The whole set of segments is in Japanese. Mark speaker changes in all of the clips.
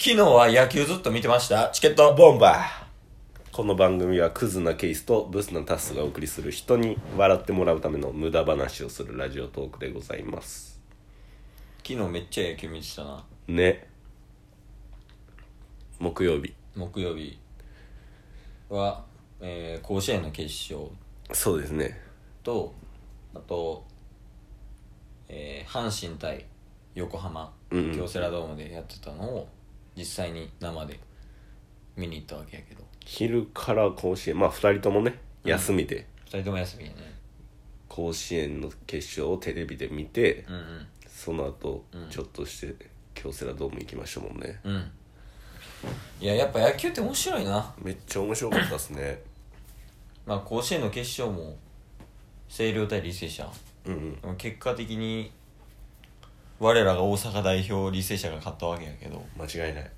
Speaker 1: 昨日は野球ずっと見てました。チケット。
Speaker 2: ボンバーこの番組はクズなケースとブスなタスがお送りする人に笑ってもらうための無駄話をするラジオトークでございます
Speaker 1: 昨日めっちゃ野球見てたな。
Speaker 2: ね木曜日
Speaker 1: 木曜日は、えー、甲子園の決勝
Speaker 2: そうですね
Speaker 1: と、あと、えー、阪神対横浜、
Speaker 2: うんうん
Speaker 1: 京セラドームでやってたのを、実際に生で見に行ったわけやけど。
Speaker 2: 昼から甲子園まあ2人ともね休みで
Speaker 1: 二人とも休みやね。
Speaker 2: 甲子園の決勝をテレビで見て、
Speaker 1: うんうん。
Speaker 2: その後ちょっとして京セラドーム行きましたもんね
Speaker 1: うんいややっぱ野球って面白いな、
Speaker 2: めっちゃ面白かったですね
Speaker 1: まあ、甲子園の決勝も星稜対履正社
Speaker 2: うんうん
Speaker 1: でも結果的に我らが大阪代表履正社が勝ったわけやけど
Speaker 2: 間違いない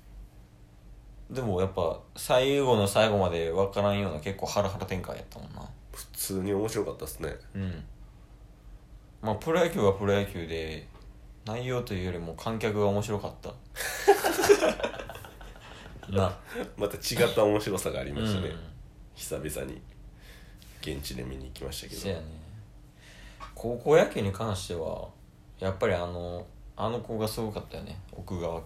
Speaker 1: でもやっぱ最後の最後まで分からんような結構ハラハラ展開やったもんな
Speaker 2: 普通に面白かったですね
Speaker 1: うんまあプロ野球はプロ野球で内容というよりも観客が面白かった な
Speaker 2: また違った面白さがありましたね、
Speaker 1: うん
Speaker 2: 久々に現地で見に行きましたけ
Speaker 1: そうや
Speaker 2: ど
Speaker 1: ね高校野球に関してはやっぱりあのあの子がすごかったよね奥川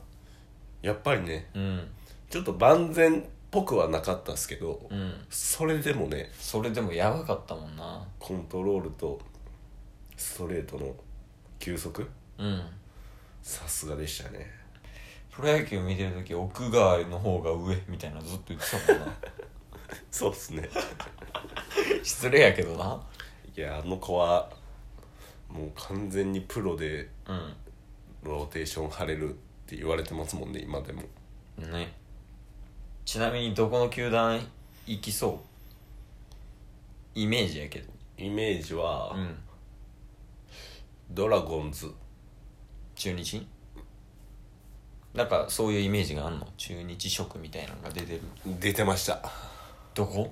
Speaker 2: やっぱりね
Speaker 1: うん
Speaker 2: ちょっと万全っぽくはなかったですけど、
Speaker 1: うん
Speaker 2: それでもね
Speaker 1: それでもやばかったもんな
Speaker 2: コントロールとストレートの球速
Speaker 1: うん
Speaker 2: さすがでしたね
Speaker 1: プロ野球見てる時奥川の方が上みたいなのずっと言ってたもんな
Speaker 2: そうっすね
Speaker 1: 失礼やけどない
Speaker 2: やあの子はもう完全にプロで
Speaker 1: う
Speaker 2: ローテーション張れるって言われてますもんね今でも
Speaker 1: んねちなみにどこの球団行きそうイメージやけど
Speaker 2: イメージは、
Speaker 1: うん
Speaker 2: ドラゴンズ
Speaker 1: 中日なんかそういうイメージがあんの中日色みたいなのが出てる
Speaker 2: 出てました
Speaker 1: どこ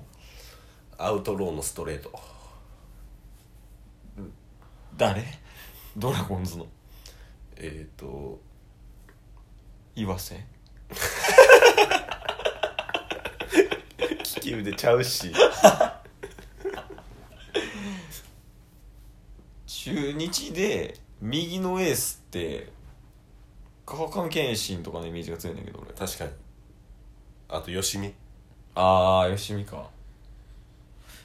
Speaker 2: アウトローのストレート
Speaker 1: 誰ドラゴンズの
Speaker 2: えっ、と
Speaker 1: 岩瀬
Speaker 2: 利き腕ちゃうし
Speaker 1: 中日で右のエースって川上憲伸とかのイメージが強いんだけど俺
Speaker 2: 確かにあとよしみ
Speaker 1: ああ吉見か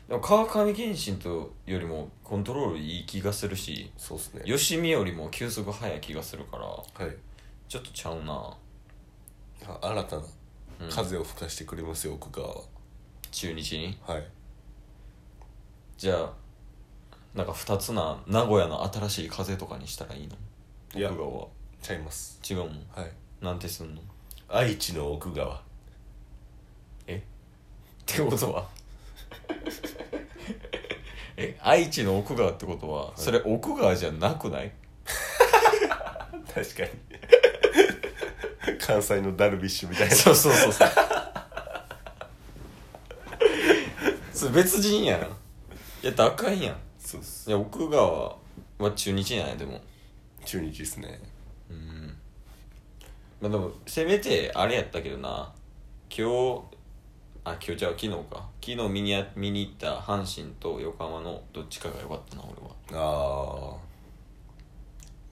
Speaker 1: でも川上憲伸とよりもコントロールいい気がするし
Speaker 2: そうっすね
Speaker 1: 吉見よりも球速速い気がするから
Speaker 2: はい
Speaker 1: ちょっとちゃうな
Speaker 2: あ新たな風を吹かしてくれますよ、奥川は
Speaker 1: 中日に
Speaker 2: はい
Speaker 1: じゃあなんか2つな名古屋の新しい風とかにしたらいいの
Speaker 2: いや
Speaker 1: 奥川は
Speaker 2: ちゃいます
Speaker 1: 違うもん
Speaker 2: はい
Speaker 1: なんてすんの
Speaker 2: 愛知の奥川
Speaker 1: えってこと はえ愛知の奥川ってことは、それ奥川じゃなくない
Speaker 2: 確かに 関西のダルビッシュみたい な
Speaker 1: そうそうそうそうそれ別人やなやったらあかんやん
Speaker 2: そうっす
Speaker 1: いや奥川は中日やないでも
Speaker 2: 中日ですね
Speaker 1: うんまあでもせめてあれやったけどな今日あ今日じゃあ昨日か昨日見にや見に行った阪神と横浜のどっちかが良かったな俺は
Speaker 2: あーま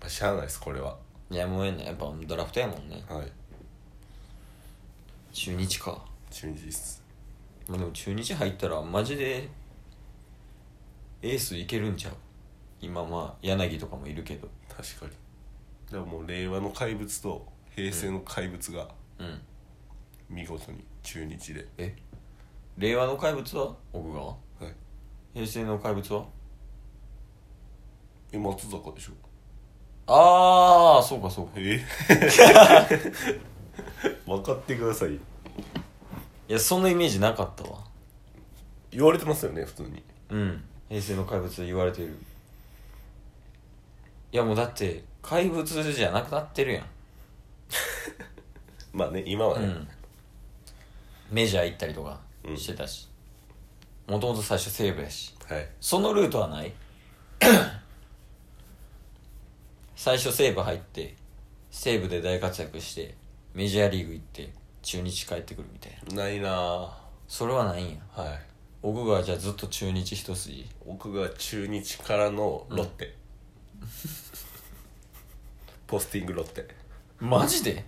Speaker 2: あしゃあないですこれはい
Speaker 1: やもうええなやっぱドラフトやもんね
Speaker 2: はい
Speaker 1: 中日か、
Speaker 2: 中日です
Speaker 1: まあ、でも中日入ったらマジでエースいけるんちゃう今まあ柳とかもいるけど
Speaker 2: 確かにでももう令和の怪物と平成の怪物が
Speaker 1: うん
Speaker 2: 見事に中日で、
Speaker 1: え令和の怪物は奥川
Speaker 2: はい
Speaker 1: 平成の怪物は
Speaker 2: え松坂でしょ
Speaker 1: ああそうかそうか
Speaker 2: え分かってください
Speaker 1: いやそんなイメージなかったわ
Speaker 2: 言われてますよね普通に
Speaker 1: うん平成の怪物と言われてるいやもうだって怪物じゃなくなってるやん
Speaker 2: まあね今は
Speaker 1: う
Speaker 2: ね、
Speaker 1: ん、メジャー行ったりとかしてたしもともと最初西武やし
Speaker 2: はい
Speaker 1: そのルートはない 最初西武入って西武で大活躍してメジャーリーグ行って中日帰ってくるみたいな
Speaker 2: ないなあ
Speaker 1: それはないんや
Speaker 2: はい
Speaker 1: 奥川じゃあずっと中日一筋
Speaker 2: 奥が中日からのロッテ、 ポスティングロッテ
Speaker 1: マジで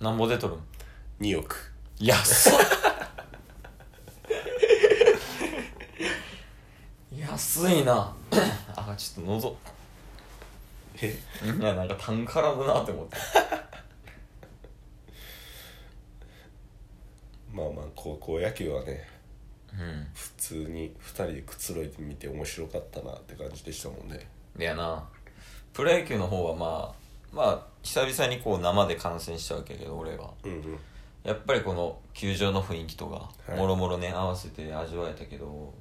Speaker 1: なんぼで取るん
Speaker 2: 2億
Speaker 1: 安っ 安いな あちょっと喉
Speaker 2: え
Speaker 1: いやなんか単価だなって思って
Speaker 2: まあまあ高校野球はね
Speaker 1: う
Speaker 2: 普通に2人でくつろいでみて面白かったなって感じでしたもんね
Speaker 1: んいやなプロ野球の方はまあまあ久々にこう生で観戦したわけやけど俺は
Speaker 2: うんうん
Speaker 1: やっぱりこの球場の雰囲気とか、
Speaker 2: はい
Speaker 1: もろもろね合わせて味わえたけど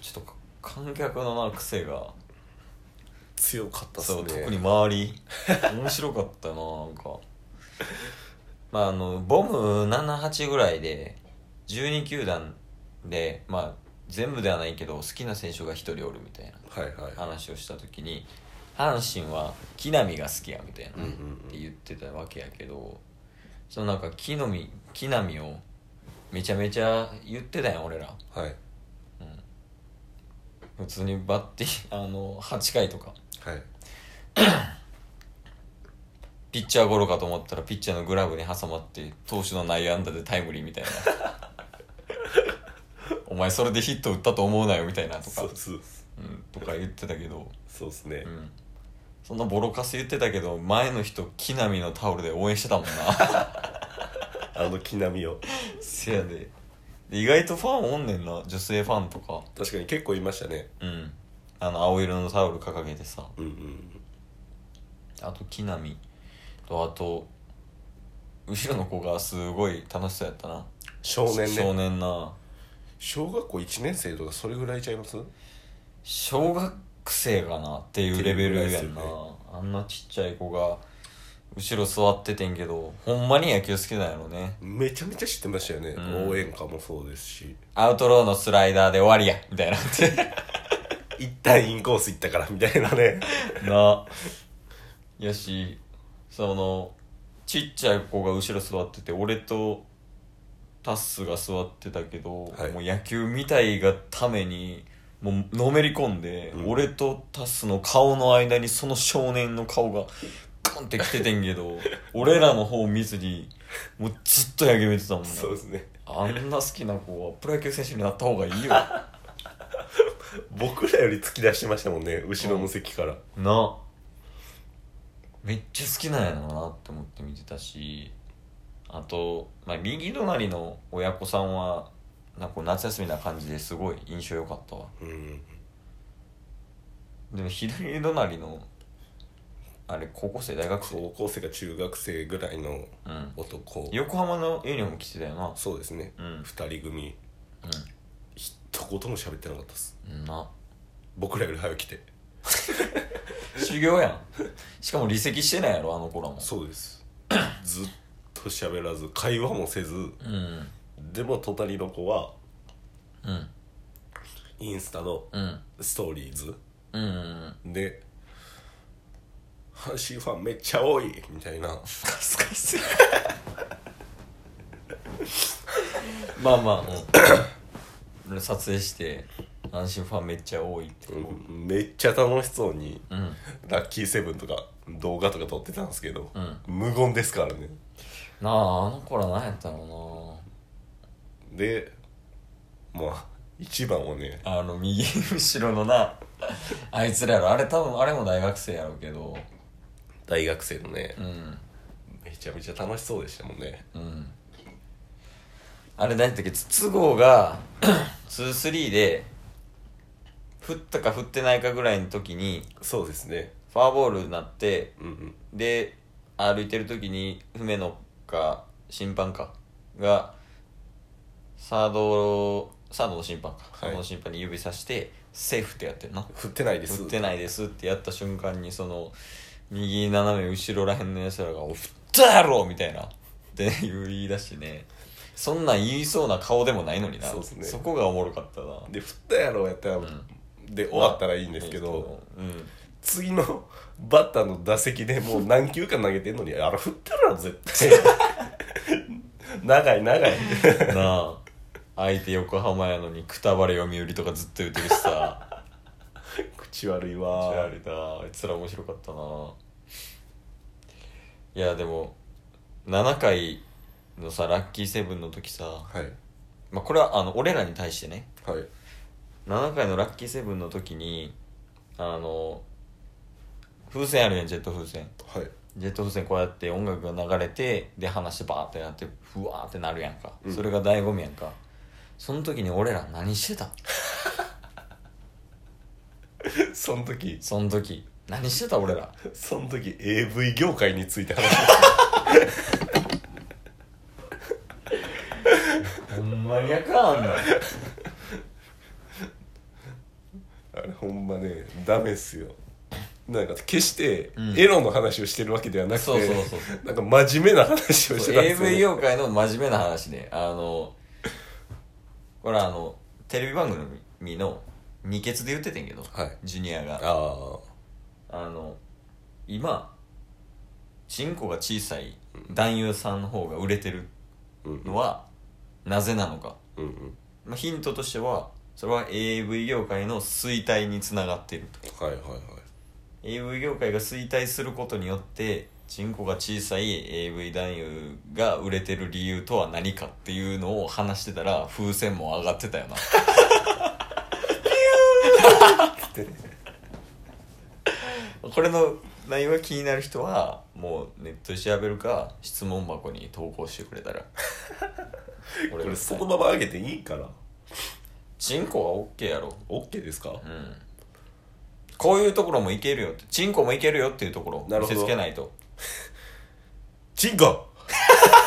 Speaker 1: ちょっと観客のな癖が
Speaker 2: 強かったっす
Speaker 1: そ
Speaker 2: ね
Speaker 1: う特に周り面白かったななんかまああのボム78ぐらいで12球団でまあ全部ではないけど好きな選手が1人おるみたいな
Speaker 2: はいは
Speaker 1: 話をした時に阪神は木浪が好きやみたいな、
Speaker 2: うんうんうん
Speaker 1: って言ってたわけやけどそのなんか木の実木浪をめちゃめちゃ言ってたやん俺ら
Speaker 2: いはい
Speaker 1: 普通にバッティ あの8回とか
Speaker 2: はい
Speaker 1: ピッチャーゴロかと思ったらピッチャーのグラブに挟まって投手の内野安打でタイムリーみた いなお前それでヒット打ったと思うなよみたいなとか
Speaker 2: そうそう
Speaker 1: うん、とか言ってたけど、
Speaker 2: そうっすね、
Speaker 1: うん、そんなボロカス言ってたけど前の人木浪のタオルで応援してたもんな
Speaker 2: あの木並みを
Speaker 1: せやでで意外とファンおんねんな女性ファンとか
Speaker 2: 確かに結構いましたね
Speaker 1: うんあの青色のタオル掲げてさ
Speaker 2: うんうん
Speaker 1: あと木浪とあと後ろの子がすごい楽しそうやったな
Speaker 2: 少年ね
Speaker 1: 少年な
Speaker 2: 小学校1年生とかそれぐらいちゃいます
Speaker 1: 小学生かなっていうレベルや
Speaker 2: っていうん
Speaker 1: な、
Speaker 2: ぐらいですよ
Speaker 1: あんなちっちゃい子が後ろ座っててんけどほんまに野球好きなんやろね
Speaker 2: めちゃめちゃ知ってましたよね、
Speaker 1: うん
Speaker 2: 応援歌もそうですし
Speaker 1: アウトローのスライダーで終わりやみたいなって
Speaker 2: 一旦インコース行ったからみたいなね
Speaker 1: なやしそのちっちゃい子が後ろ座ってて俺とタッスが座ってたけど、
Speaker 2: はい
Speaker 1: もう野球みたいがためにもうのめり込んで、
Speaker 2: うん
Speaker 1: 俺とタッスの顔の間にその少年の顔がガンってきててんけど 俺らの方見ずにもうずっと野球見てたもんね
Speaker 2: そうですね
Speaker 1: あんな好きな子はプロ野球選手になった方がいいよ
Speaker 2: 僕らより突き出してましたもんね後ろの席から、
Speaker 1: なめっちゃ好きなんやろなって思って見てたしあと、まあ、右隣の親子さんはなんかこう夏休みな感じですごい印象良かったわ
Speaker 2: うん
Speaker 1: でも左隣のあれ高校生大学生
Speaker 2: 高校生か中学生ぐらいの
Speaker 1: うん
Speaker 2: 男
Speaker 1: 横浜のユニフォーム着てたよな
Speaker 2: そうですね、
Speaker 1: うん
Speaker 2: 二人組一言も喋ってなかったです
Speaker 1: うんな
Speaker 2: 僕らより早く来て
Speaker 1: 修行 やんしかも離席してないやろあの子らも
Speaker 2: そうです ずっと喋らず会話もせず
Speaker 1: うん
Speaker 2: でも隣の子は
Speaker 1: うん
Speaker 2: インスタの
Speaker 1: うん
Speaker 2: ストーリーズ
Speaker 1: うんうん
Speaker 2: で「阪神ファンめっちゃ多い!」みたいな
Speaker 1: カスカスまあまあ、うん、撮影して阪神ファンめっちゃ多いって
Speaker 2: うんめっちゃ楽しそうに
Speaker 1: うん
Speaker 2: ラッキーセブンとか動画とか撮ってたんですけど、
Speaker 1: うん
Speaker 2: 無言ですからね
Speaker 1: なああの子ら何やったろ
Speaker 2: でまあ一番はね
Speaker 1: うなあの右後ろのな あいつらやろあれ多分あれも大学生やろうけど
Speaker 2: 大学生のね、
Speaker 1: うん
Speaker 2: めちゃめちゃ楽しそうでしたもんね
Speaker 1: うんあれ何やったっけ筒香が 2-3で振ったか振ってないかぐらいの時に
Speaker 2: そうですね
Speaker 1: フォアボールになって
Speaker 2: うんうん
Speaker 1: で歩いてる時に梅野か審判かがサードサードの審判か、
Speaker 2: い
Speaker 1: サードの審判に指さしてセーフってやってるな
Speaker 2: 振ってないです
Speaker 1: 振ってないですってやった瞬間にその右斜め後ろらへんのやつらが「お振ったやろ!」みたいなっていう 言い出してねそんなん言いそうな顔でもないのにな
Speaker 2: そうっすね
Speaker 1: こがおもろかったな
Speaker 2: で振ったやろやったら、で終わったらいいんですけど
Speaker 1: うん
Speaker 2: 次のバッターの打席でもう何球か投げてんのにあれ振ったら絶対 長い長い
Speaker 1: なあ相手横浜やのにくたばれ読売とかずっと言ってるしさ
Speaker 2: 口悪い
Speaker 1: あ
Speaker 2: わ
Speaker 1: あれだあいつら面白かったないやでも7回のさラッキーセブンの時さ、
Speaker 2: はい
Speaker 1: まあ、これはあの俺らに対してね
Speaker 2: はい
Speaker 1: 7回のラッキーセブンの時にあの風船あるやんジェット風船
Speaker 2: はい
Speaker 1: ジェット風船こうやって音楽が流れてで話してバーってなってふわーってなるやんか、
Speaker 2: うん
Speaker 1: それが醍醐味やんかその時に俺ら何してた
Speaker 2: その時
Speaker 1: その時何してた俺ら
Speaker 2: その時 AV 業界について話
Speaker 1: ほんまにあかんの
Speaker 2: あれほんまねダメっすよなんか決して
Speaker 1: うん
Speaker 2: エロの話をしてるわけではなくて、
Speaker 1: そうそうそうそ
Speaker 2: なんか真面目な話をしてたんですよ、
Speaker 1: AV 業界の真面目な話であのこれあのテレビ番組の二欠で言っててんけど、
Speaker 2: はい
Speaker 1: ジュニアが
Speaker 2: ああ
Speaker 1: あの今チンコが小さい男優さんの方が売れてる
Speaker 2: うん
Speaker 1: のはなぜなのか、
Speaker 2: うんうん
Speaker 1: まあ、ヒントとしてはそれは AV 業界の衰退につながっていると
Speaker 2: はいはいはい
Speaker 1: AV 業界が衰退することによってチンコが小さい AV 男優が売れてる理由とは何かっていうのを話してたら風船も上がってたよなこれの内容が気になる人はもうネットで調べるか質問箱に投稿してくれたら
Speaker 2: これそのまま上げていいから
Speaker 1: チンコは OK やろ
Speaker 2: OK ですか、
Speaker 1: うんこういうところもいけるよってチンコもいけるよっていうところ
Speaker 2: な
Speaker 1: を
Speaker 2: る
Speaker 1: 見
Speaker 2: ほど
Speaker 1: せつけないと
Speaker 2: チンコ